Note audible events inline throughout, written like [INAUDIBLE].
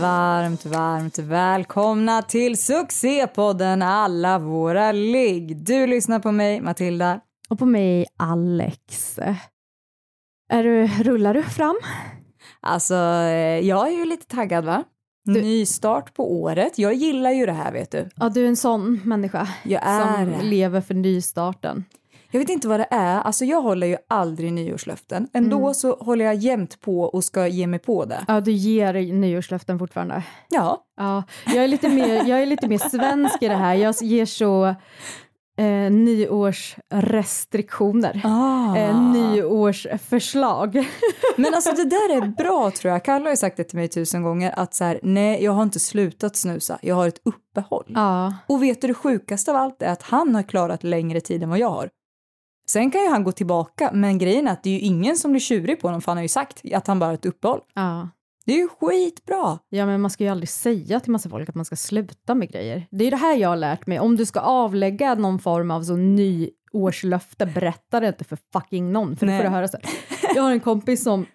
Varmt, varmt välkomna till succépodden Alla våra ligg. Du lyssnar på mig, Matilda. Och på mig Alex. Är du, rullar du fram? Alltså, eh, jag är ju lite taggad va? Du- Ny start på året. Jag gillar ju det här vet du. Ja, du är en sån människa Jag är som det. lever för nystarten. Jag vet inte vad det är. Alltså jag håller ju aldrig nyårslöften. Ändå så håller jag jämt på och ska ge mig på det. Ja, du ger nyårslöften fortfarande. Ja, Ja, jag är lite mer, jag är lite mer svensk i det här. Jag ger så eh, nyårsrestriktioner. Eh, nyårsförslag. men alltså det där är bra tror jag. Kalle har ju sagt det till mig tusen gånger att så här, nej, jag har inte slutat snusa. Jag har ett uppehåll. Ja, Och vet du det sjukaste av allt är att han har klarat längre tid än vad jag har. Sen kan ju han gå tillbaka, men grejen är att det är ju ingen som blir tjurig på honom för han har ju sagt att han bara har ett uppehåll. ja. Det är ju skitbra! Ja, men man ska ju aldrig säga till massa folk att man ska sluta med grejer. Det är det här jag har lärt mig. Om du ska avlägga någon form av så nyårslöfte, berätta det inte för fucking någon, för då Nej. får du höra så här. Jag har en kompis som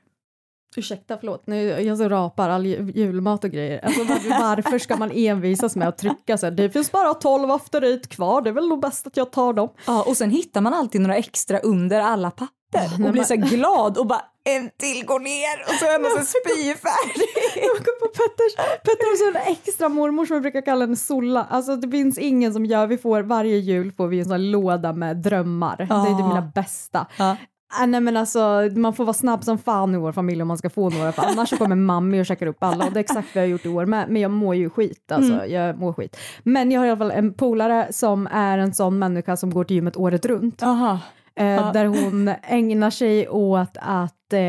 Ursäkta, förlåt, nu jag så rapar all ju- julmat och grejer. Alltså, var- varför ska man envisas med att trycka så här? Det finns bara 12 afterrit kvar, det är väl nog bäst att jag tar dem. Ja, och sen hittar man alltid några extra under alla papper och blir så här glad och bara en till går ner och så är man så spyfärdig. Jag kom på Petters, Petters en extra mormor som jag brukar kalla henne Solla. Alltså det finns ingen som gör, vi får varje jul får vi en sån här låda med drömmar. Det är det mina bästa. Ja. Äh, nej men alltså man får vara snabb som fan i vår familj om man ska få några för annars så kommer mammi och käkar upp alla och det är exakt vad jag har gjort i år med. Men jag mår ju skit alltså, jag mår skit. Men jag har i alla fall en polare som är en sån människa som går till gymmet året runt. Aha. Eh, där hon ägnar sig åt att eh,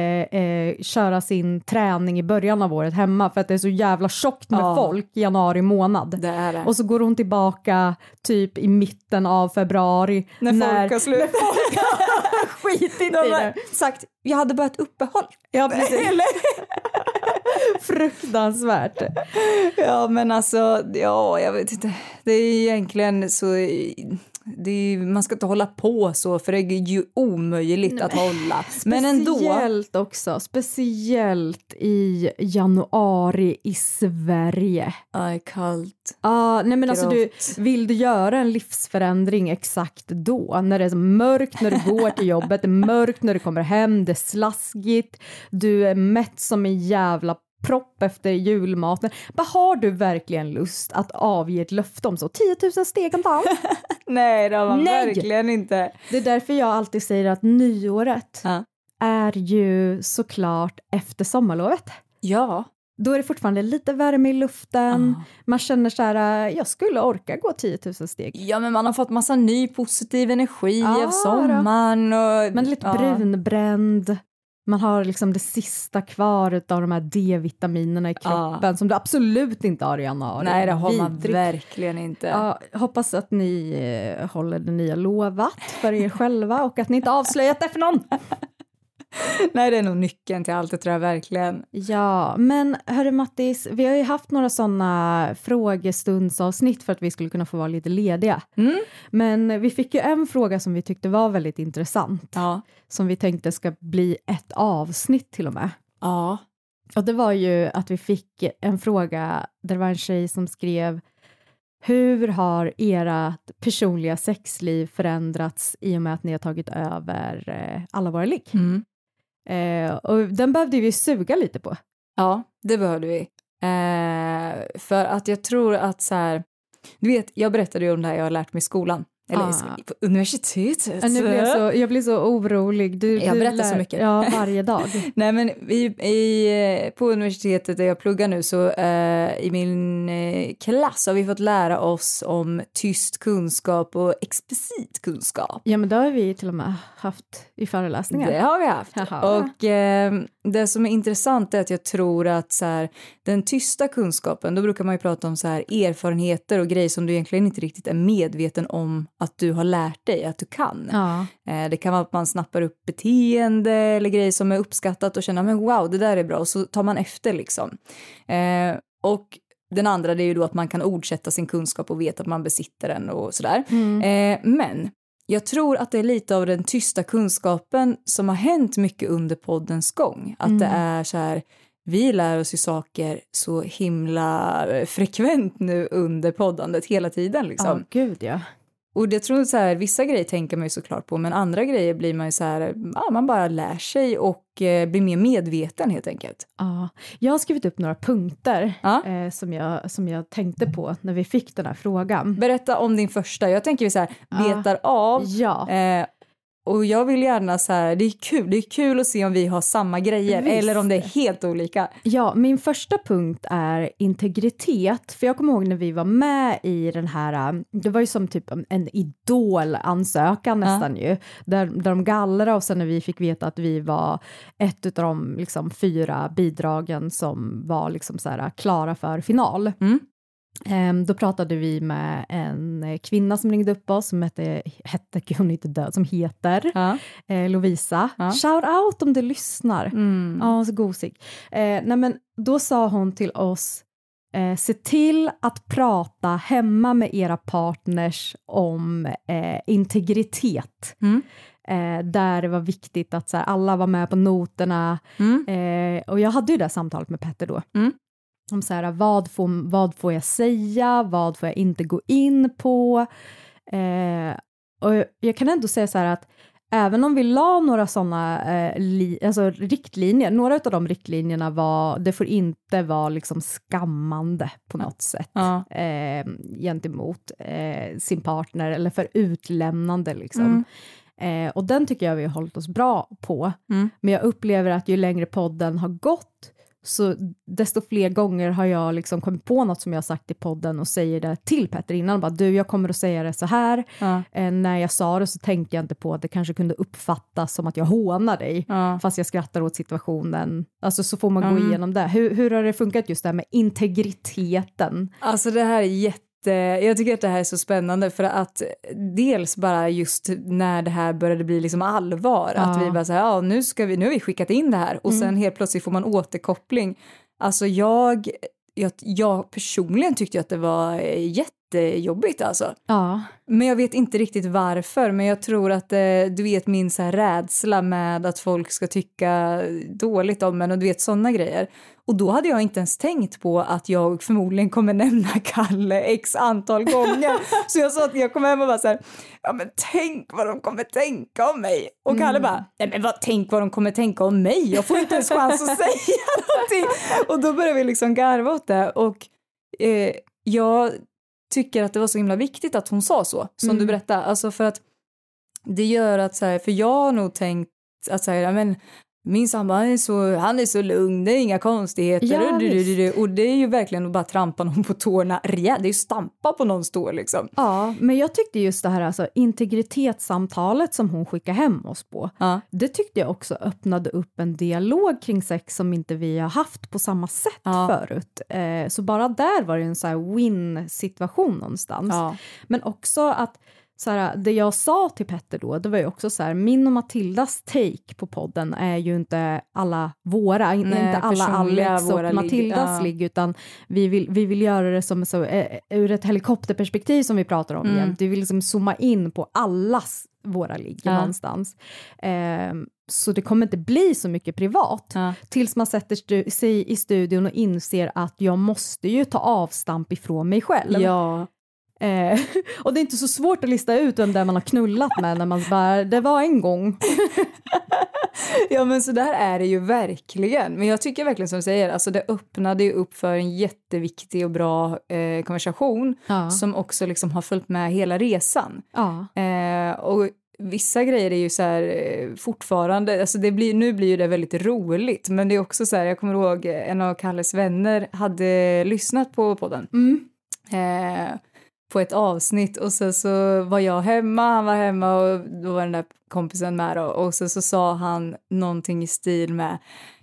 eh, köra sin träning i början av året hemma för att det är så jävla tjockt med Ja. folk i januari månad. Det är det. Och så går hon tillbaka typ i mitten av februari. när, folk har slutat. [LAUGHS] skit i [LAUGHS] De det. har sagt, jag hade bara ett uppehåll. Ja, precis. Eller? [LAUGHS] Fruktansvärt. Ja, men alltså, ja, jag vet inte. Det är ju egentligen så... Det är, ju- man ska inte hålla på så, för det är ju omöjligt att [LAUGHS] hålla. Men ändå. Speciellt också, speciellt i januari i Sverige. Aj, kallt. Ja, nej men alltså du, Grovt. vill du göra en livsförändring exakt då? När det är så mörkt när du går till jobbet, det är mörkt när du kommer hem, det är slaskigt, du är mätt som en jävla propp efter julmaten. Vad har du verkligen lust att avge ett löfte om så? 10 000 steg om dagen? Nej, det har man Nej! verkligen inte. Det är därför jag alltid säger att nyåret Ja. är ju såklart efter sommarlovet. Ja. Då är det fortfarande lite värme i luften, man känner så här, jag skulle orka gå 10 000 steg. ja, men man har fått massa ny positiv energi Ja, av sommaren. Och, Man är lite ja. brunbränd. Man har liksom det sista kvar av de här D-vitaminerna i Ja. kroppen som du absolut inte har i januari. Nej, det har man Vidrigt. verkligen inte. Ja, hoppas att ni eh, håller det ni har lovat [LAUGHS] för er själva och att ni inte avslöjat det för någon. Nej, det är nog nyckeln till allt, det tror jag verkligen. Ja, men hörru Mattis, vi har ju haft några sådana frågestundsavsnitt för att vi skulle kunna få vara lite lediga. Mm. Men vi fick ju en fråga som vi tyckte var väldigt intressant, Ja. som vi tänkte ska bli ett avsnitt till och med. Ja. Och det var ju att vi fick en fråga där det var en tjej som skrev Hur har ert personliga sexliv förändrats i och med att ni har tagit över eh, alla våra ligg? Mm. Eh, och den behövde vi suga lite på. Ja, det behövde vi. Eh, för att jag tror att så här, du vet, jag berättade ju om det här jag har lärt mig i skolan Eller Ah. på universitetet. Ja, Nu blir jag, så, jag blir så orolig. Du, Jag du berättar så lär- mycket. Ja, varje dag. Nej, men i, i, eh, på universitetet där jag pluggar nu så eh, i min eh, klass har vi fått lära oss om tyst kunskap och explicit kunskap. Ja, men det har vi till och med haft i föreläsningar. Det har vi haft. Jaha. Och eh, det som är intressant är att jag tror att så här, den tysta kunskapen, då brukar man ju prata om så här, erfarenheter och grejer som du egentligen inte riktigt är medveten om att du har lärt dig att du kan. Ja. Eh, Det kan vara att man snappar upp beteende eller grejer som är uppskattat och känner men wow, det där är bra och så tar man efter liksom. Eh, och den andra det är ju då att man kan ordsätta sin kunskap och vet att man besitter den och sådär. Eh, men jag tror att det är lite av den tysta kunskapen som har hänt mycket under poddens gång. Att det är så här, vi lär oss ju saker så himla frekvent nu under poddandet hela tiden liksom. Ja, gud ja. Och det tror jag så här, vissa grejer tänker man ju såklart på, men andra grejer blir man ju så här, ja, man bara lär sig och eh, blir mer medveten helt enkelt. Ja, jag har skrivit upp några punkter Ja. eh, som, jag, som jag tänkte på när vi fick den här frågan. Berätta om din första, jag tänker vi så här, betar av. Ja, Eh, och jag vill gärna så här, det är kul, det är kul att se om vi har samma grejer Visst. eller om det är helt olika. ja, min första punkt är integritet. För jag kommer ihåg när vi var med i den här, eh, det var ju som typ en- en idolansökan nästan ju, där, där de gallrade och sen när vi fick veta att vi var ett av de liksom, fyra bidragen som var liksom, så här, klara för final. Mm. Ehm, Då pratade vi med en eh, kvinna som ringde upp oss som hette, hette gud, hon är inte död, som heter Ja. eh, Lovisa. Ja. Shout out om du lyssnar. Mm. Ja, hon är så gosig. Eh, nej men då sa hon till oss, eh, se till att prata hemma med era partners om eh, integritet. Mm. Eh, där det var viktigt att så här, alla var med på noterna. Mm. Eh, och jag hade ju det här samtalet med Petter då. Mm. Om så här, vad får, vad får jag säga, vad får jag inte gå in på? Eh, och jag, jag kan ändå säga så här att även om vi la några sådana eh, li, alltså riktlinjer, några av de riktlinjerna var, det får inte vara liksom skammande på något sätt Ja. eh, gentemot eh, sin partner eller för utlämnande liksom. Mm. Eh, och den tycker jag vi har hållit oss bra på. Mm. Men jag upplever att ju längre podden har gått så desto fler gånger har jag liksom kommit på något som jag har sagt i podden och säger det till Petter innan. Bara, du, jag kommer att säga det så här. Ja. Eh, när jag sa det så tänkte jag inte på att det kanske kunde uppfattas som att jag hånar dig. Ja. Fast jag skrattar åt situationen. Alltså så får man gå Mm. igenom det. Hur, hur har det funkat just det här med integriteten? Alltså det här är jätte, jag tycker att det här är så spännande för att dels bara just när det här började bli liksom allvar, att Ja. vi bara så här, ja nu ska vi, nu har vi skickat in det här och sen helt plötsligt får man återkoppling. Alltså jag, jag, jag personligen tyckte ju att det var eh, jättejobbigt alltså. Ja, Men jag vet inte riktigt varför, men jag tror att eh, du vet min så här rädsla med att folk ska tycka dåligt om en och du vet sådana grejer. Och då hade jag inte ens tänkt på att jag förmodligen kommer [LAUGHS] nämna Kalle x antal gånger. så jag sa att jag kom hem och bara så här, ja men tänk vad de kommer tänka om mig. Och Kalle bara, nej men vad, tänk vad de kommer tänka om mig, jag får inte ens chans att [LAUGHS] säga någonting. Och då började vi liksom garva åt det och eh, jag tycker att det var så himla viktigt att hon sa så, som du berättade. Alltså för att det gör att så här, för jag har nog tänkt att så här, ja, men min sambo han är, så, han är så lugn, det är inga konstigheter. Ja, och, du, du, du, du. och det är ju verkligen att bara trampa någon på tårna rejält, det är ju stampa på någons tå liksom. ja men jag tyckte just det här alltså, integritetssamtalet som hon skickade hem oss på. Ja. Det tyckte jag också öppnade upp en dialog kring sex som inte vi har haft på samma sätt Ja. förut. Eh, så bara där var det en så här win-situation någonstans. Ja. Men också att så här, det jag sa till Petter då, det var ju också så här, min och Matildas take på podden är ju inte alla våra, in- Nej, inte alla personliga Alex och våra ligg, Matildas ja. ligg, utan vi vill, vi vill göra det som så, eh, ur ett helikopterperspektiv som vi pratar Mm. om jämt, vi vill liksom zooma in på allas våra ligg Ja. någonstans. Ehm, så det kommer inte bli så mycket privat Ja. tills man sätter stu- sig i studion och inser att jag måste ju ta avstamp ifrån mig själv. Ja. Eh, [LAUGHS] och det är inte så svårt att lista ut vem det är man har knullat med när man bara, det var en gång. [LAUGHS] Ja men så där är det ju verkligen. Men jag tycker verkligen som du säger, alltså det öppnade ju upp för en jätteviktig och bra eh, konversation Ja. som också liksom har följt med hela resan. Ja. Eh, och vissa grejer är ju så här eh, fortfarande, alltså det blir, nu blir ju det väldigt roligt, men det är också så här, jag kommer ihåg eh, en av Kalles vänner hade lyssnat på podden. Eh, på ett avsnitt och sen så var jag hemma, han var hemma och då var den där kompisen med då och sen så sa han någonting i stil med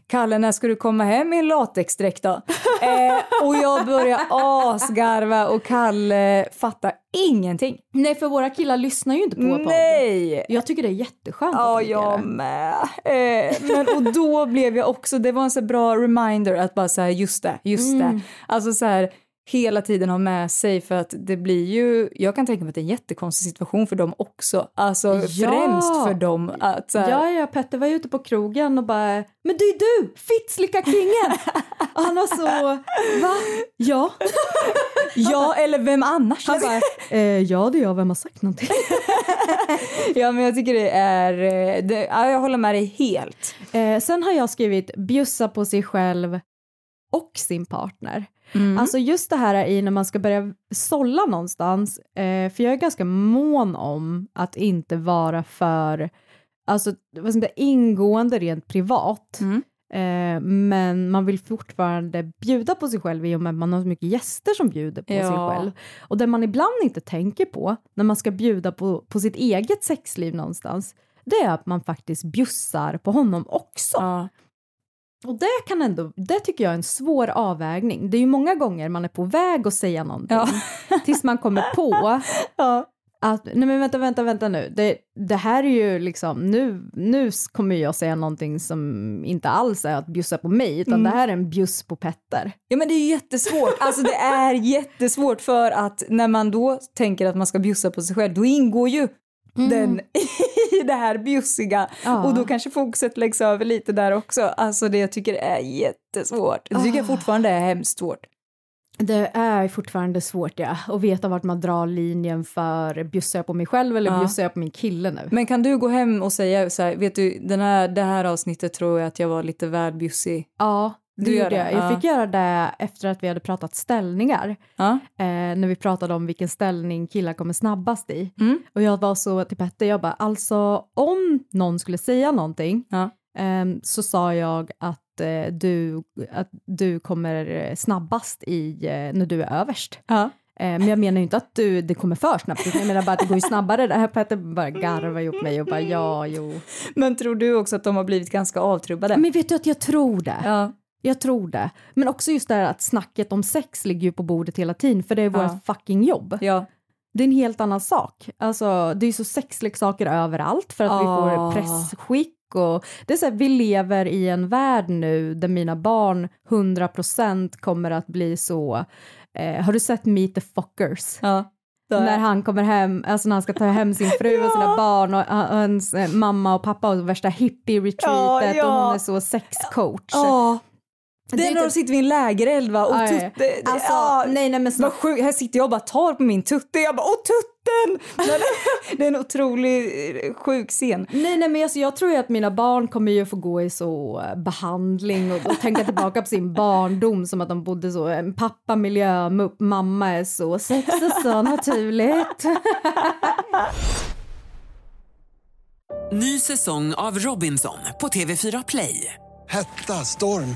Kalle, när ska du komma hem i en latexdräkt då? Eh, och jag började asgarva och Kalle fattar ingenting. Nej, för våra killar lyssnar ju inte på podden. Nej! Jag tycker det är jätteskönt. Ja, att de gör jag det. med. Eh, men, och då [LAUGHS] blev jag också, det var en så här bra reminder att bara så här, just det, just Mm. det. Alltså så här, hela tiden ha med sig för att det blir ju, jag kan tänka mig att det är en jättekonstig situation för dem också. Alltså Ja. främst för dem att så här, Ja, ja, Petter var ute på krogen och bara “men det är du, [LAUGHS] Fitzlycka-kingen!” Och han var så “va? Ja?” ja eller vem annars? Han bara eh, “ja, det är jag, vem har sagt någonting?” ja men jag tycker det är, eh, det, ja, jag håller med dig helt. eh, Sen har jag skrivit “bjussa på sig själv och sin partner”. Alltså just det här i när man ska börja sålla någonstans, eh, för jag är ganska mån om att inte vara för alltså, vad ska man säga, ingående rent privat. Eh, men man vill fortfarande bjuda på sig själv i och med att man har så mycket gäster som bjuder på sig Ja. själv. Och det man ibland inte tänker på när man ska bjuda på, på sitt eget sexliv någonstans, det är att man faktiskt bjussar på honom också. Ja. Och det kan ändå, det tycker jag är en svår avvägning. Det är ju många gånger man är på väg att säga någonting Ja. [LAUGHS] tills man kommer [LAUGHS] på att nej men vänta, vänta, vänta nu. Det, det här är ju liksom, nu, nu kommer jag säga någonting som inte alls är att bjussa på mig Mm. utan det här är en bjuss på Petter. Ja men det är jättesvårt, alltså det är jättesvårt för att när man då tänker att man ska bjussa på sig själv då ingår ju den [LAUGHS] i det här bjussiga Ja. och då kanske fokuset läggs över lite där också. Alltså det jag tycker är jättesvårt. Det tycker jag fortfarande är hemskt svårt. Det är fortfarande svårt ja, att veta vart man drar linjen för bjussar jag på mig själv eller Ja. bjussar jag på min kille nu? Men kan du gå hem och säga så här, vet du den här, det här avsnittet tror jag att jag var lite väl bjussig. Ja, det Du gör gjorde det, jag. Jag ja. fick göra det efter att vi hade pratat ställningar. Ja. eh, när vi pratade om vilken ställning killar kommer snabbast i. Mm. Och jag var så till Petter, jag bara alltså om någon skulle säga någonting Ja. ehm, så sa jag att, eh, du, att du kommer eh, snabbast i, eh, när du är överst. Ja. Eh, Men jag menar ju inte att du, det kommer för snabbt, utan jag menar bara att det går ju snabbare. Det här Petter bara garvar ihop mig och bara ja, jo. Men tror du också att de har blivit ganska avtrubbade? Men vet du att jag tror det? Ja. Jag tror det. Men också just det här att snacket om sex ligger ju på bordet hela tiden, för det är vårt Ja. fucking jobb. Ja. Det är en helt annan sak. Alltså, det är ju så sexleksaker överallt för att vi Ah. får pressskick och det är så här, vi lever i en värld nu där mina barn 100% kommer att bli så, eh, har du sett Meet the Fuckers? ja. Då- När han kommer hem, alltså när han ska ta hem sin [LAUGHS] fru och sina barn och, och hans eh, mamma och pappa och värsta Ja, hippie-retreatet ja. och hon är så sexcoach. Ja. Det Det är är när de inte- sitter vid en lägereld va? Och Ja, ja, ja. tutte, det- Alltså, ja. nej, nej, men Vad sjukt, här sitter jag och bara tar på min tutte. Jag bara, åh tutten! [LAUGHS] Men, det är en otrolig eh, sjuk scen. Nej, nej men alltså, jag tror ju att mina barn kommer ju få gå i så eh, behandling och, och [LAUGHS] tänka tillbaka på sin barndom som att de bodde så, en pappa miljömupp, mamma är så sex är [LAUGHS] så naturligt. Ny säsong av Robinson på TV4 Play. Hetta, storm,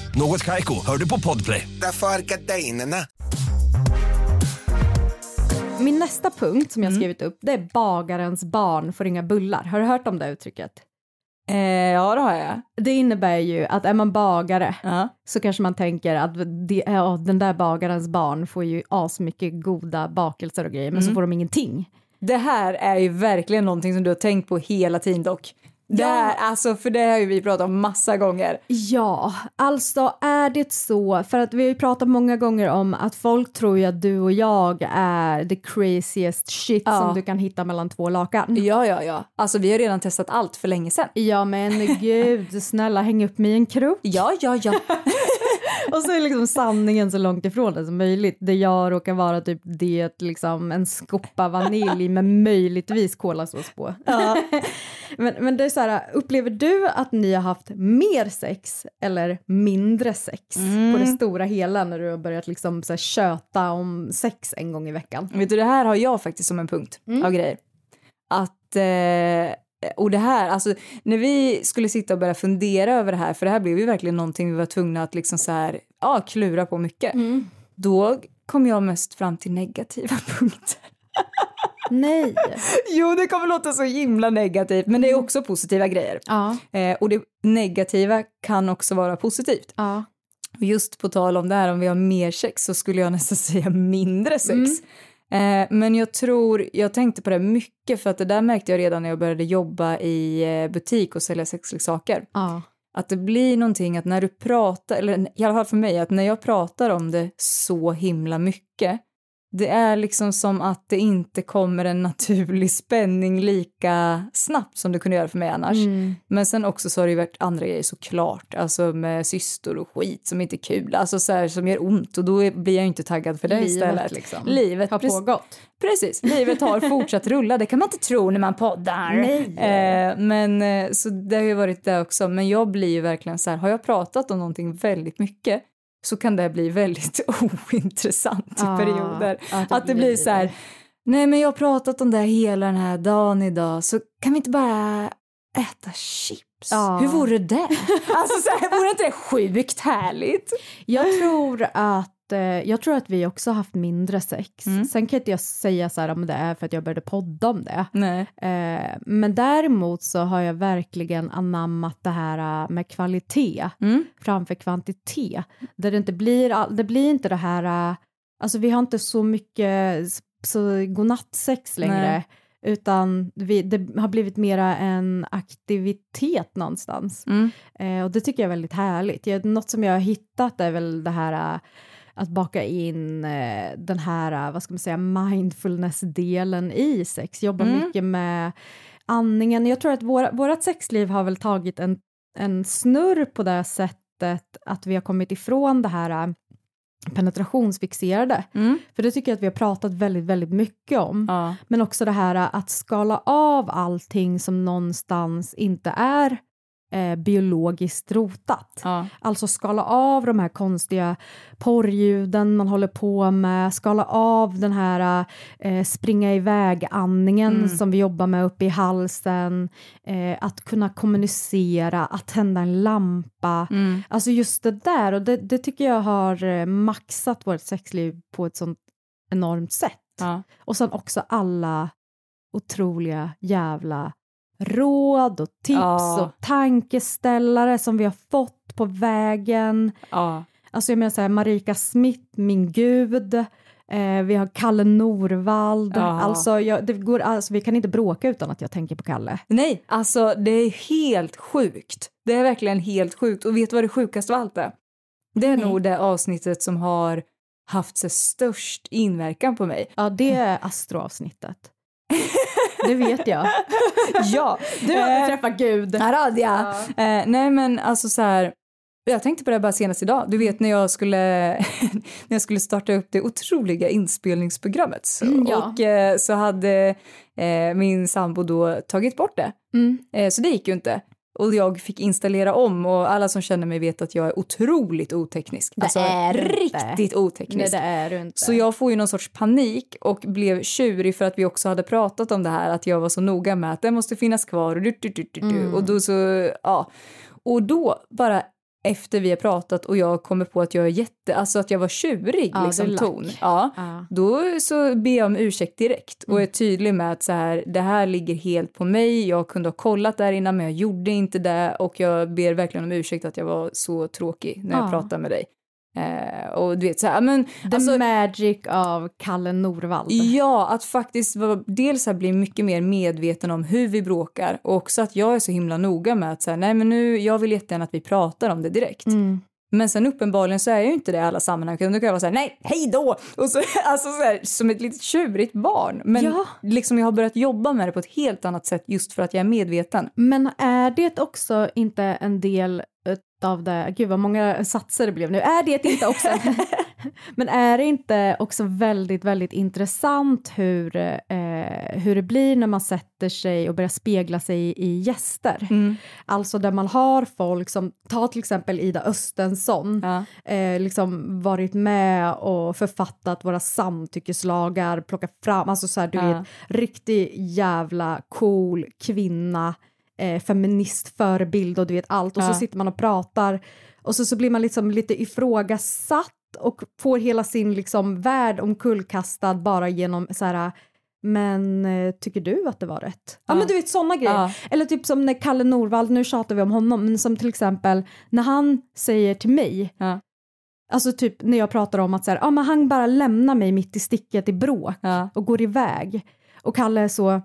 Något Kaiko, hör du på Podplay. Därför arkadeinerna. Min nästa punkt som jag Mm. skrivit upp det är bagarens barn får inga bullar. Har du hört om det uttrycket? Eh, ja, det har jag. Det innebär ju att är man bagare Ja. så kanske man tänker att det, ja, den där bagarens barn får ju asmycket goda bakelser och grejer men Mm. så får de ingenting. Det här är ju verkligen någonting som du har tänkt på hela tiden dock. Det här, alltså, för det har ju vi pratat om massa gånger. Ja, alltså är det så, för att vi har ju pratat många gånger om att folk tror ju att du och jag är the craziest shit Ja. som du kan hitta mellan två lakan. Ja, ja, ja. Alltså vi har redan testat allt för länge sedan. Ja men gud, snälla häng upp mig i en krok. Ja, ja, ja. [LAUGHS] Och så är liksom sanningen så långt ifrån det som möjligt. Det jag råkar vara typ det att liksom en skopa vanilj med möjligtvis kolasås på. [LAUGHS] men, men det är så här, upplever du att ni har haft mer sex eller mindre sex på det stora hela när du har börjat liksom så här köta om sex en gång i veckan? Vet du, det här har jag faktiskt som en punkt av grejer. Att, eh, och det här, alltså när vi skulle sitta och börja fundera över det här, för det här blev ju verkligen någonting vi var tvungna att liksom så här, ja, klura på mycket. Då kom jag mest fram till negativa [LAUGHS] punkter. Nej. Jo, det kommer låta så himla negativt, men det är också positiva grejer. Ja. Eh, och det negativa kan också vara positivt. Ja. Och Just på tal om det här, om vi har mer sex så skulle jag nästan [LAUGHS] säga mindre sex. Eh, men jag tror, jag tänkte på det mycket för att det där märkte jag redan när jag började jobba i eh, butik och sälja sexleksaker. Ja. Att det blir någonting att när du pratar, eller i alla fall för mig, att när jag pratar om det så himla mycket, det är liksom som att det inte kommer en naturlig spänning lika snabbt som det kunde göra för mig annars. Mm. Men sen också så har det ju varit andra grejer såklart, alltså med systor och skit som inte är kul, alltså så här som gör ont och då är- blir jag ju inte taggad för det Livet, istället. liksom. Livet Har precis- pågått. Precis, livet [LAUGHS] har fortsatt rulla, det kan man inte tro när man poddar. Nej. Eh, men eh, så det har ju varit det också, men jag blir ju verkligen så här, har jag pratat om någonting väldigt mycket så kan det bli väldigt [LAUGHS] ointressant i Ja, perioder. ja, att Ah, det blir så här, nej men jag har pratat om det här hela den här dagen idag så kan vi inte bara äta chips? Ja. Hur vore det? Alltså så här, vore inte det sjukt härligt? Jag tror att eh, jag tror att vi också har haft mindre sex. Sen kan inte jag säga så här om det är för att jag började podda om det. Nej. Eh, men däremot så har jag verkligen anammat det här eh, med kvalitet Mm. framför kvantitet. Där det inte blir, all- det blir inte det här, eh, alltså vi har inte så mycket s- så godnattsex längre. Nej. Utan vi, det har blivit mera en aktivitet någonstans. Eh, och det tycker jag är väldigt härligt. Jag, något som jag har hittat är väl det här eh, att baka in eh, den här, eh, vad ska man säga, mindfulness-delen i sex. Jobba mycket med andningen. Jag tror att våra, vårat sexliv har väl tagit en, en snurr på det sättet att vi har kommit ifrån det här eh, penetrationsfixerade. För det tycker jag att vi har pratat väldigt, väldigt mycket om. Mm. Ja. Men också det här eh, att skala av allting som någonstans inte är eh, biologiskt rotat. Ja. Alltså skala av de här konstiga porrljuden man håller på med, skala av den här eh, springa iväg-andningen som vi jobbar med uppe i halsen, eh, att kunna kommunicera, att tända en lampa. Mm. Alltså just det där, och det, det tycker jag har eh, maxat vårt sexliv på ett sånt enormt sätt. Ja. Och sen också alla otroliga jävla råd och tips Ja. och tankeställare som vi har fått på vägen. Ja. Alltså jag menar så här, Marika Smith, min gud. Eh, vi har Kalle Norvald. Ja. Alltså, jag, det går, alltså vi kan inte bråka utan att jag tänker på Kalle. Nej, alltså det är helt sjukt. Det är verkligen helt sjukt. Och vet du vad det sjukaste av allt är? Det är nog det avsnittet som har haft så störst inverkan på mig. Ja, det Mm. är Astro-avsnittet. det vet jag. [LAUGHS] Eh. Ja, Du hade träffat Gud. Här hade jag. Eh, nej men alltså så här, jag tänkte på det här bara senast idag. Du vet när jag skulle, [LAUGHS] när jag skulle starta upp det otroliga inspelningsprogrammet så, Mm, ja. och eh, så hade eh, min sambo då tagit bort det. Mm. Eh, så det gick ju inte. Och jag fick installera om och alla som känner mig vet att jag är otroligt oteknisk. Det alltså är du inte. riktigt oteknisk. är du inte. Så jag får ju någon sorts panik och blev tjurig för att vi också hade pratat om det här att jag var så noga Mm. med att den måste finnas kvar och, du, du, du, du, du. och då så, ja. Och då bara efter vi har pratat och jag kommer på att jag är jätte, alltså att jag var tjurig Ja, du är liksom lack. ton. Ja. Ja. Då så ber jag om ursäkt direkt Mm. och är tydlig med att så här, det här ligger helt på mig, jag kunde ha kollat där innan men jag gjorde inte det och jag ber verkligen om ursäkt att jag var så tråkig när jag Ja. pratade med dig. Eh, och du vet så här, men The alltså, magic av Kalle Norvald. Ja, att faktiskt vara- dels här bli mycket mer medveten om hur vi bråkar och också att jag är så himla noga med att så här, nej men nu, jag vill jättegärna att vi pratar om det direkt. Men sen uppenbarligen så är jag ju inte det i alla sammanhang utan då kan jag vara så här, nej, hej då! Och så, [LAUGHS] alltså så här, som ett litet tjurigt barn. Men Ja. liksom jag har börjat jobba med det på ett helt annat sätt just för att jag är medveten. Men är det också inte en del av det, gud vad många satser det blev nu, är det inte också, men är det inte också väldigt, väldigt intressant hur, eh, hur det blir när man sätter sig och börjar spegla sig i, i gäster? Alltså där man har folk som, ta till exempel Ida Östensson, Ja. eh, liksom varit med och författat våra samtyckeslagar, plockat fram, alltså så här, du Ja. vet, riktig jävla cool kvinna, eh, feminist förebild och du vet allt och Ja. så sitter man och pratar och så, så blir man liksom lite ifrågasatt och får hela sin liksom värld omkullkastad bara genom så här men eh, tycker du att det var rätt? Ja, Ja. men du vet sådana grejer. Ja. Eller typ som när Kalle Norvald, nu tjatar vi om honom, men som till exempel när han säger till mig Ja. Alltså typ när jag pratar om att så här, ah, men han bara lämnar mig mitt i sticket i bråk Ja. och går iväg. Och Kalle är så,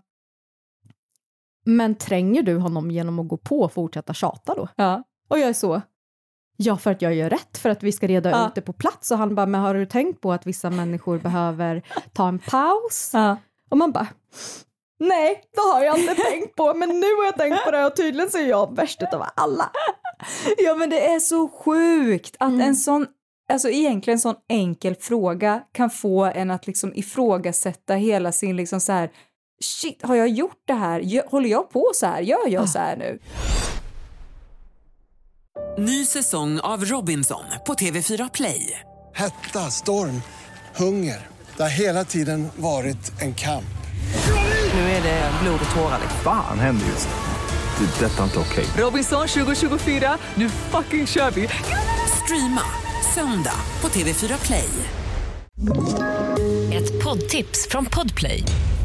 men tränger du honom genom att gå på och fortsätta tjata då? Ja. Och jag är så, ja för att jag gör rätt, för att vi ska reda Ja. ut det på plats. Och han bara, men har du tänkt på att vissa människor behöver ta en paus? Ja. Och man bara, nej det har jag inte tänkt på, men nu har jag tänkt på det och tydligen så är jag värst utav alla. Ja men det är så sjukt att en sån, alltså egentligen en sån enkel fråga kan få en att liksom ifrågasätta hela sin liksom så här shit har jag gjort det här, Gö- håller jag på så här, gör jag så här nu? Ny säsong av Robinson på TV4 Play. Hetta, storm, hunger. Det har hela tiden varit en kamp. Nu är det blod och tårar. liksom? Fan händer just det. Det är detta inte okej. Robinson 2024, nu fucking kör vi! Streama söndag på TV4 Play. Ett poddtips från Podplay.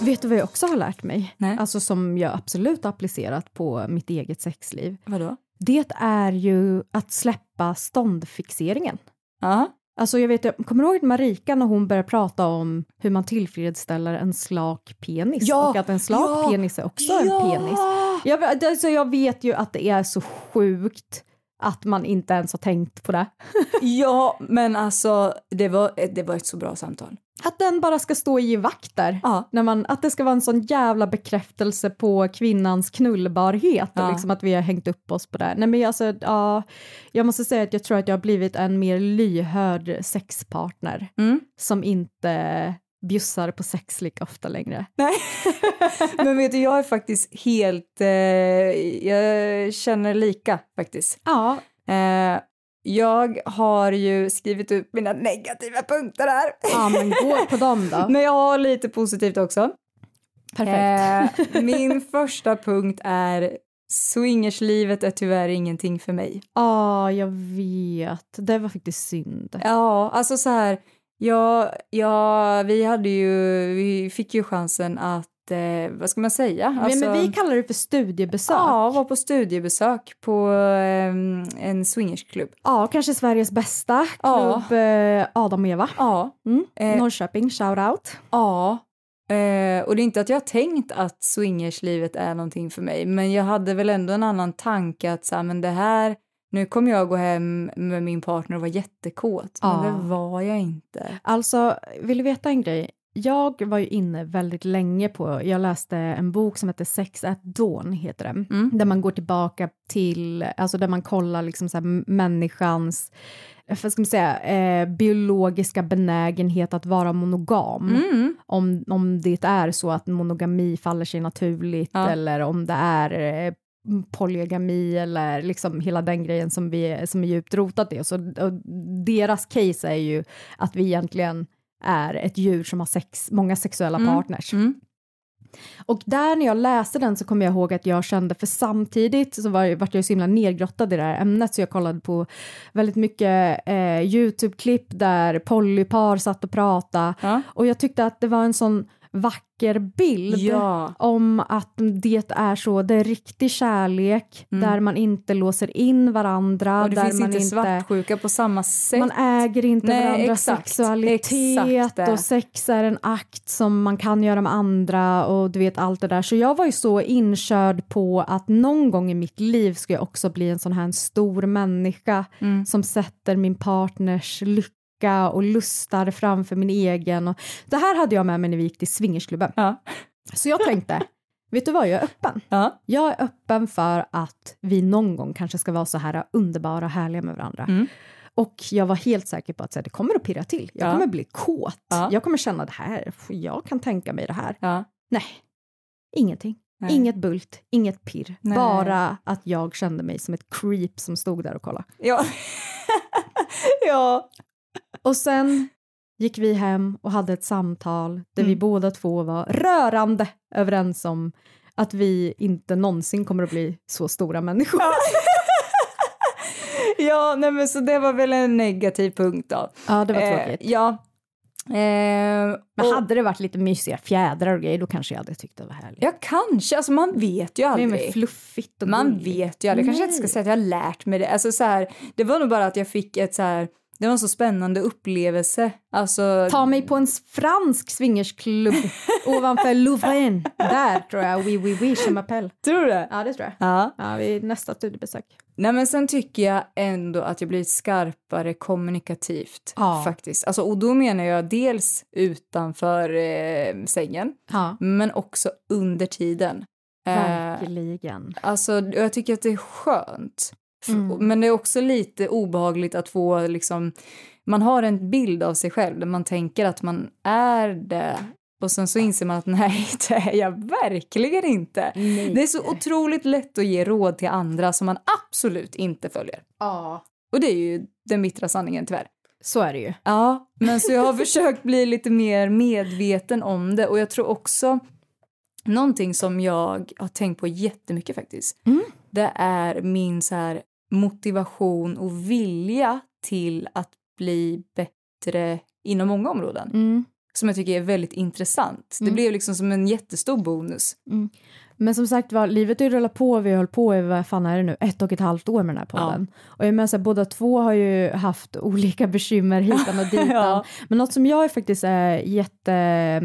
Vet du vad jag också har lärt mig? Nej. Alltså som jag absolut har applicerat på mitt eget sexliv. Vadå? Det är ju att släppa ståndfixeringen. Ja, Alltså jag vet, jag kommer du ihåg Marika när hon började prata om hur man tillfredsställer en slak penis Ja, och att en slak ja, penis är också ja. en penis. Jag, alltså jag vet ju att det är så sjukt att man inte ens har tänkt på det. ja men alltså det var, det var ett så bra samtal. Att den bara ska stå och ge vakt där. Ja. När man, att det ska vara en sån jävla bekräftelse på kvinnans knullbarhet Ja. och liksom att vi har hängt upp oss på det. Nej, men alltså, ja, jag måste säga att jag tror att jag har blivit en mer lyhörd sexpartner Mm. som inte bjussar på sex lika ofta längre. Nej. men vet du, jag är faktiskt helt, eh, jag känner lika faktiskt. Ja, Eh, jag har ju skrivit upp mina negativa punkter här. ja men gå på dem [LAUGHS] då. Men jag har lite positivt också. Perfekt. Eh, [LAUGHS] min första punkt är swingerslivet är tyvärr ingenting för mig. Ja, jag vet. Det var faktiskt synd. Ja, alltså så här, ja, ja, vi hade ju, vi fick ju chansen att, eh, vad ska man säga? men, Alltså- men vi kallar det för studiebesök. Ja, var på studiebesök på ehm, en swingersklubb. Ja, kanske Sveriges bästa Ja. klubb eh, Adam och Eva. Ja, Mm. Eh, Norrköping, shout out. Ja, eh, och det är inte att jag har tänkt att swingerslivet är någonting för mig, men jag hade väl ändå en annan tanke att så här, men det här, nu kommer jag gå hem med min partner och vara jättekåt, men Ja. det var jag inte. Alltså, vill du veta en grej? Jag var ju inne väldigt länge på, jag läste en bok som heter Sex at Dawn, heter den, där man går tillbaka till, alltså där man kollar liksom så här människans vad ska man säga, eh, biologiska benägenhet att vara monogam. Om, om det är så att monogami faller sig naturligt Ja. eller om det är eh, polygami eller liksom hela den grejen som, vi, som är djupt rotat i. Så, och deras case är ju att vi egentligen är ett djur som har sex, många sexuella partners. Och där när jag läste den så kommer jag ihåg att jag kände, för samtidigt så var, vart jag så himla nedgrottad i det här ämnet så jag kollade på väldigt mycket eh, YouTube-klipp där polypar satt och pratade Ja. och jag tyckte att det var en sån vacker bild Ja. om att det är så, det är riktig kärlek där man inte låser in varandra, Mm. Och det där finns man inte svartsjuka på samma sätt. man äger inte Nej, varandras exakt. Exakt sexualitet det. och sex är en akt som man kan göra med andra och du vet allt det där. Så jag var ju så inkörd på att någon gång i mitt liv ska jag också bli en sån här en stor människa Mm. som sätter min partners lycka och lustar framför min egen. Och det här hade jag med mig när vi gick till swingersklubben. Ja. Så jag tänkte, [LAUGHS] vet du vad, jag är öppen. Ja. Jag är öppen för att vi någon gång kanske ska vara så här underbara och härliga med varandra. Mm. Och jag var helt säker på att så här, det kommer att pirra till. Jag Ja. kommer bli kåt. Ja. Jag kommer känna det här. Jag kan tänka mig det här. Ja. Nej, ingenting. Nej. Inget bult, inget pirr. Nej. Bara att jag kände mig som ett creep som stod där och kollade. Ja. [LAUGHS] ja. Och sen gick vi hem och hade ett samtal där Mm. vi båda två var rörande överens om att vi inte någonsin kommer att bli så stora människor. Ja, nej men så det var väl en negativ punkt då. [LAUGHS] Ja, det var Eh, tråkigt. ja. Eh, Men och- hade det varit lite mysiga fjädrar och grejer då kanske jag hade tyckt det var härligt. Ja, kanske. Alltså man vet ju Det är aldrig. mer fluffigt och Man gulligt. vet ju aldrig. Kanske jag inte ska säga att jag har lärt mig det. Alltså så här, det var nog bara att jag fick ett så här, det var en så spännande upplevelse. Alltså, Ta mig på en [LAUGHS] fransk swingersklubb ovanför Louvren. Där tror jag Oui Oui Oui som appell. tror du det? Ja, det tror jag. Ja. Ja, vid nästa studiebesök. Nej men sen tycker jag ändå att jag blivit skarpare kommunikativt Ja. faktiskt. Alltså, och då menar jag dels utanför eh, sängen Ja, men också under tiden. Eh, verkligen. Alltså, jag tycker att det är skönt. F- Men det är också lite obehagligt att få liksom... Man har en bild av sig själv där man tänker att man är det och sen så inser man att [LAUGHS] nej, det är jag verkligen inte. Det är så otroligt lätt att ge råd till andra som man absolut inte följer. Ja, Och det är ju den bittra sanningen tyvärr. så är det ju. Ja, men så jag har [LAUGHS] försökt bli lite mer medveten om det och jag tror också någonting som jag har tänkt på jättemycket faktiskt. Mm. Det är min så här motivation och vilja till att bli bättre inom många områden Mm. som jag tycker är väldigt intressant. Det Mm. blev liksom som en jättestor bonus. Men som sagt var, livet har ju rullat på, vi har hållit på i vad fan är det nu, ett och ett halvt år med den här podden. Och jag menar så här, båda två har ju haft olika [LAUGHS] bekymmer hitan och ditan. Ja. Men något som jag faktiskt är jätte,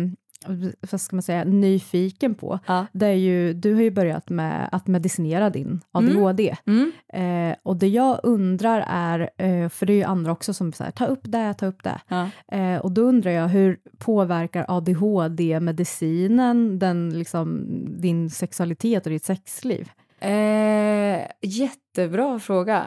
vad ska man säga, nyfiken på, Ja. det är ju, du har ju börjat med att medicinera din ADHD. Mm. Eh, och det jag undrar är, eh, för det är ju andra också som säger ta upp det, ta upp det. Ja. Eh, och då undrar jag, hur påverkar ADHD-medicinen den, liksom, din sexualitet och ditt sexliv? Eh, jättebra fråga.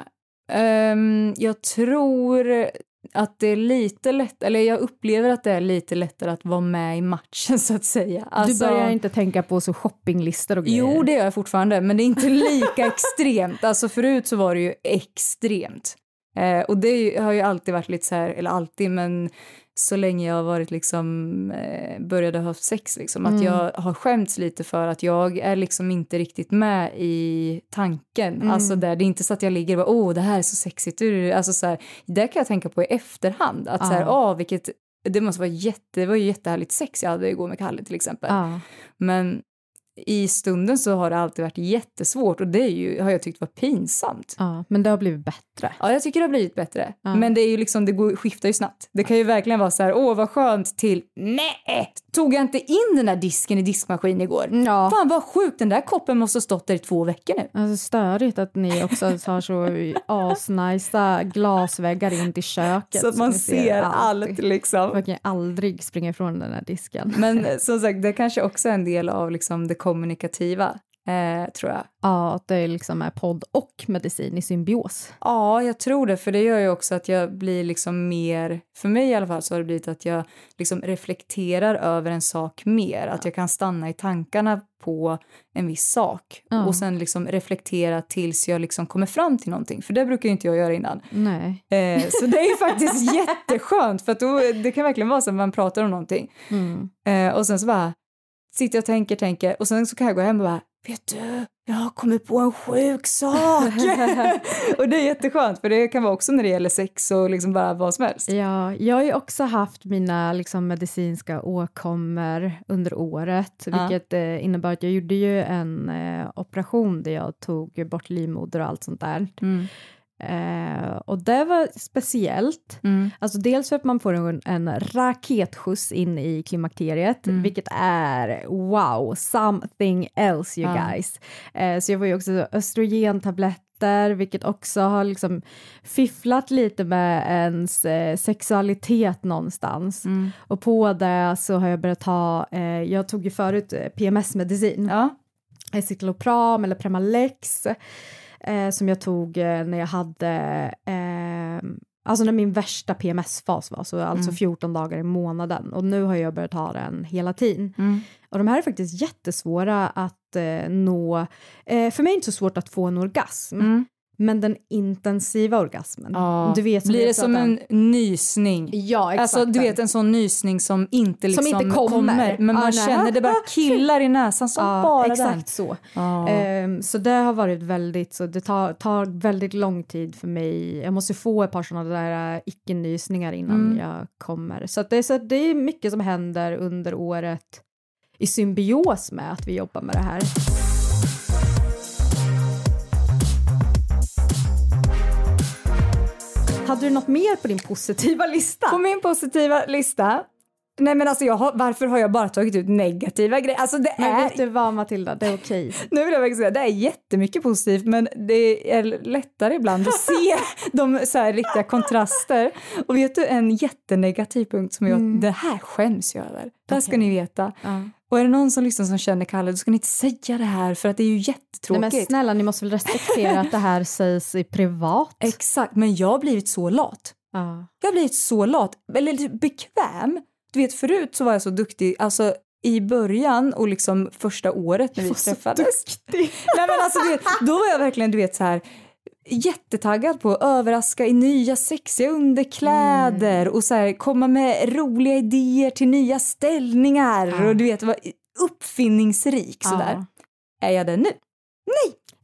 Ehm, jag tror att det är lite lätt, eller jag upplever att det är lite lättare att vara med i matchen [LAUGHS] så att säga. Alltså- du börjar inte tänka på så shoppinglistor och grejer? Jo, det gör jag fortfarande, men det är inte [LAUGHS] lika extremt. Alltså förut så var det ju extremt. Eh, och det är ju- har ju alltid varit lite så här, eller alltid, men så länge jag har varit liksom, eh, började ha haft sex liksom, att Mm. jag har skämts lite för att jag är liksom inte riktigt med i tanken. Mm. Alltså där, det är inte så att jag ligger och bara, åh, det här är så sexigt. Alltså så här, det kan jag tänka på i efterhand, att så här, åh, vilket, det måste vara jätte, det var ju jättehärligt sex jag hade igår med Kalle till exempel. Ja. Men i stunden så har det alltid varit jättesvårt och det är ju, har jag tyckt var pinsamt. Ja, men det har blivit bättre. Ja, jag tycker det har blivit bättre. Men det är ju liksom, det går, skiftar ju snabbt. Det kan ju verkligen vara så här, åh vad skönt till, nej, tog jag inte in den där disken i diskmaskinen igår? Ja. Fan vad sjukt, den där koppen måste ha stått där i två veckor nu. Alltså störigt att ni också [LAUGHS] har så asnajsa glasväggar in till köket. Så att man ni ser allt allting. liksom. Man kan ju aldrig springa ifrån den här disken. Men eh, som sagt, det kanske också är en del av liksom det kommunikativa, eh, tror jag. Ja, att det liksom är podd och medicin i symbios. Ja, jag tror det, för det gör ju också att jag blir liksom mer, för mig i alla fall så har det blivit att jag liksom reflekterar över en sak mer, att jag kan stanna i tankarna på en viss sak Ja. och sen liksom reflektera tills jag liksom kommer fram till någonting, för det brukar ju inte jag göra innan. Nej. Eh, så det är ju faktiskt jätteskönt, för att då, det kan verkligen vara så att man pratar om någonting Mm. Eh, och sen så bara sitter jag och tänker, tänker och sen så kan jag gå hem och bara, vet du, jag har kommit på en sjuk [LAUGHS] sak. och det är jätteskönt för det kan vara också när det gäller sex och liksom bara vad som helst. Ja, jag har ju också haft mina liksom, medicinska åkommor under året, Ja. vilket eh, innebar att jag gjorde ju en eh, operation där jag tog bort livmoder och allt sånt där. Mm. Eh, och det var speciellt. Mm. Alltså dels för att man får en, en raketskjuts in i klimakteriet, Mm. vilket är wow, something else you Ja. guys. Eh, så jag var ju också östrogentabletter, vilket också har liksom fifflat lite med ens eh, sexualitet någonstans. Mm. Och på det så har jag börjat ta, eh, jag tog ju förut eh, PMS-medicin. Ja. Eh, Citalopram eller Premalex eh, som jag tog eh, när jag hade eh, Alltså när min värsta PMS-fas var, så Mm. alltså 14 dagar i månaden. Och nu har jag börjat ha den hela tiden. Mm. Och de här är faktiskt jättesvåra att eh, nå. Eh, för mig är det inte så svårt att få en orgasm. Mm. Men den intensiva orgasmen. Du vet, Blir vi har det som pratat om- en nysning? Ja, exakt. Alltså du vet en sån nysning som inte liksom inte kommer. men Ja, man nej. känner det bara [LAUGHS] killar i näsan som Ja, bara exakt den. så. Ja. Ehm, så det har varit väldigt, så det tar, tar väldigt lång tid för mig. Jag måste få ett par sådana där äh, icke-nysningar innan Mm. jag kommer. Så, att det, är så att det är mycket som händer under året i symbios med att vi jobbar med det här. Hade du något mer på din positiva lista? På min positiva lista Nej men alltså jag har, varför har jag bara tagit ut negativa grejer? Alltså det Men är vet du vad Matilda, det är okej. Nu vill jag verkligen säga, det är jättemycket positivt men det är lättare ibland att se [LAUGHS] de så här riktiga kontraster. Och vet du en jättenegativ punkt som jag, Mm. det här skäms jag över. Det här ska ni veta. Och är det någon som lyssnar som känner Kalle, då ska ni inte säga det här för att det är ju Nej, jättetråkigt. men snälla, ni måste väl respektera att det här sägs i privat? Exakt, men jag har blivit så lat. Ja. Jag har blivit så lat, eller typ bekväm. Du vet förut så var jag så duktig, alltså i början och liksom första året när vi träffades. [LAUGHS] Nej men alltså du vet, då var jag verkligen du vet så här jättetaggad på att överraska i nya sexiga underkläder och så här komma med roliga idéer till nya ställningar och du vet vara uppfinningsrik sådär. Är jag det nu?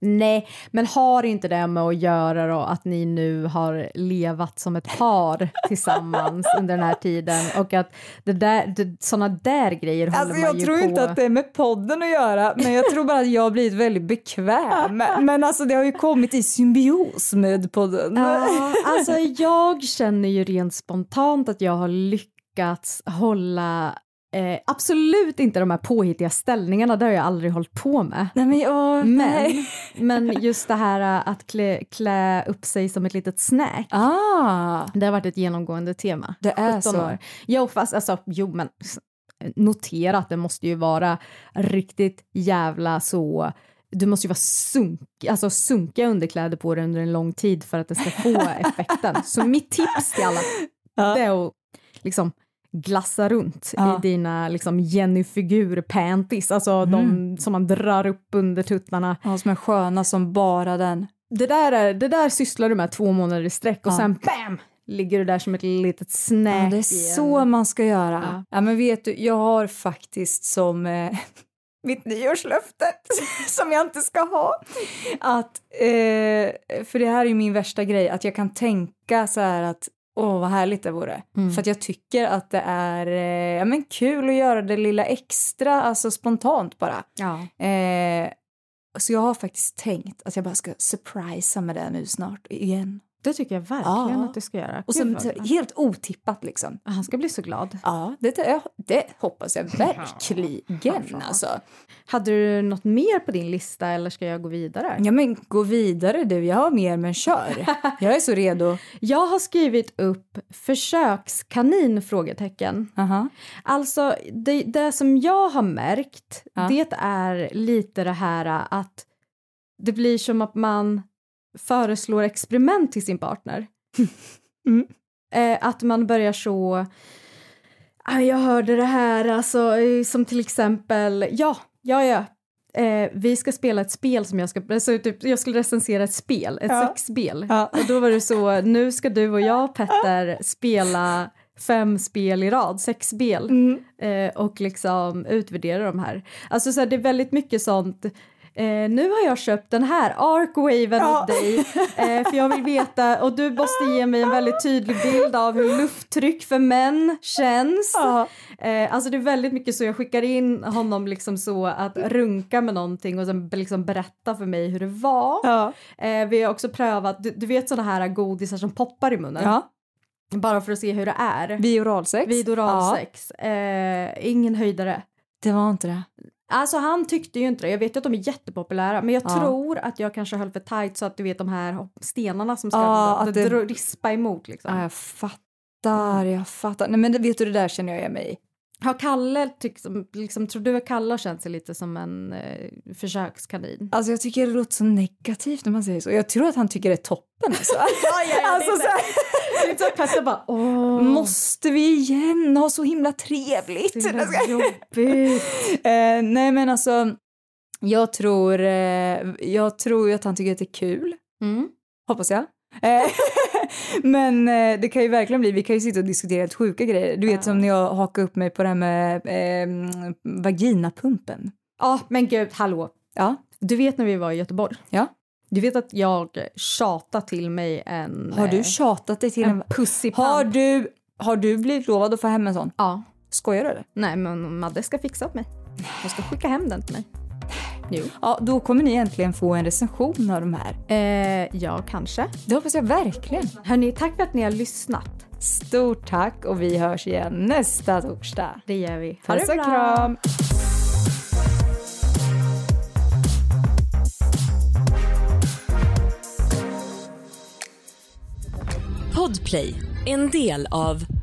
Nej, men har inte det med att göra då att ni nu har levat som ett par tillsammans under den här tiden och att det där, det, såna där grejer håller Alltså man jag ju tror på. inte att det är med podden att göra men jag tror bara att jag har blivit väldigt bekväm. Men alltså det har ju kommit i symbios med podden. Ja, alltså jag känner ju rent spontant att jag har lyckats hålla eh, absolut inte de här påhittiga ställningarna, det har jag aldrig hållit på med. Nej men jag... Men, men just det här eh, att klä, klä upp sig som ett litet snack. Ah, Det har varit ett genomgående tema. Det är 17 så. År. Jo, fast alltså, jo, men s- notera att det måste ju vara riktigt jävla så du måste ju vara sunk, alltså sunka underkläder på dig under en lång tid för att det [LAUGHS] ska få effekten. Så mitt tips till alla det är att liksom glassa runt Ja. i dina liksom Jenny-figur-panties, alltså Mm. de som man drar upp under tuttarna. ja, som är sköna som bara den. Det där, är, det där sysslar du med två månader i sträck och Ja. sen bam! Ligger du där som ett litet snack Ja, det är i en- så man ska göra. Ja. Eh, Ja. men vet du, jag har faktiskt som eh, [LAUGHS] mitt nyårslöfte [LAUGHS] som jag inte ska ha. Att, eh, för det här är ju min värsta grej, att jag kan tänka så här att Åh, vad härligt det vore. Mm. För att jag tycker att det är eh, ja, men kul att göra det lilla extra, alltså spontant bara. Ja. Eh, så jag har faktiskt tänkt att jag bara ska surprisa med det nu snart igen. Det tycker jag verkligen Ja. att du ska göra. Och Gud, så, vad så, bra. helt otippat liksom. Han ska bli så glad. Ja, det, det, det hoppas jag verkligen alltså. Hade du något mer på din lista eller ska jag gå vidare? Ja men gå vidare du, jag har mer men kör. Jag är så redo. Jag har skrivit upp försökskanin? frågetecken. Aha. Alltså, det, det som jag har märkt, Ja. det är lite det här äh, att det blir som att man föreslår experiment till sin partner. Eh, Att man börjar så... "Ah, Jag hörde det här, alltså, eh, som till exempel... Ja, ja, ja. Eh, vi ska spela ett spel som jag ska... Alltså, typ, jag skulle recensera ett spel, ett Ja. sexspel. Ja. Och då var det så, nu ska du och jag, Petter, spela fem spel i rad, sex spel Mm. eh, och liksom utvärdera de här. Alltså så här, det är väldigt mycket sånt. Eh, nu har jag köpt den här arkwaven åt dig eh, för jag vill veta och du måste ge mig en väldigt tydlig bild av hur lufttryck för män känns. Eh, alltså det är väldigt mycket så jag skickar in honom liksom så att runka med någonting och sen be- liksom berätta för mig hur det var. Eh, vi har också prövat, du, du vet såna här godisar som poppar i munnen Ja. bara för att se hur det är. Vid oralsex? Vid Ja, oralsex. Eh, ingen höjdare. det var inte det. Alltså han tyckte ju inte det. Jag vet ju att de är jättepopulära men jag Ja. tror att jag kanske höll för tight så att du vet de här hopp- stenarna som ska Ja, det, att det- dro- rispa emot liksom. Ja, jag fattar, jag fattar. Nej men det, vet du, det där känner jag igen mig i. Har Kalle, tyckt, liksom, tror du att Kalle har känt sig lite som en eh, försökskanin? Alltså jag tycker det låter så negativt när man säger så. Jag tror att han tycker det är toppen alltså. alltså så här, Lite typ som Petter bara åh, måste vi igen ha så himla trevligt? det är jobbigt. [LAUGHS] Eh, nej men alltså, jag tror, eh, jag tror ju att han tycker att det är kul. Mm. Hoppas jag. Eh, [LAUGHS] men eh, det kan ju verkligen bli, vi kan ju sitta och diskutera helt sjuka grejer. Du vet Ja. som när jag hakade upp mig på det här med eh, vaginapumpen. Ja men gud, hallå. Ja. Du vet när vi var i Göteborg? Ja. Du vet att jag tjatade till mig en... Har du eh, tjatat dig till en... en pussypump? Har du, har du blivit lovad att få hem en sån? Ja. Skojar du eller? Nej, men Madde ska fixa åt mig. Hon ska skicka hem den till mig. Jo. Ja, då kommer ni äntligen få en recension av de här. Eh, ja, kanske. Det hoppas jag verkligen. Hörni, tack för att ni har lyssnat. Stort tack och vi hörs igen nästa torsdag. Det gör vi. Ha Puss det och bra. kram! Podplay, en del av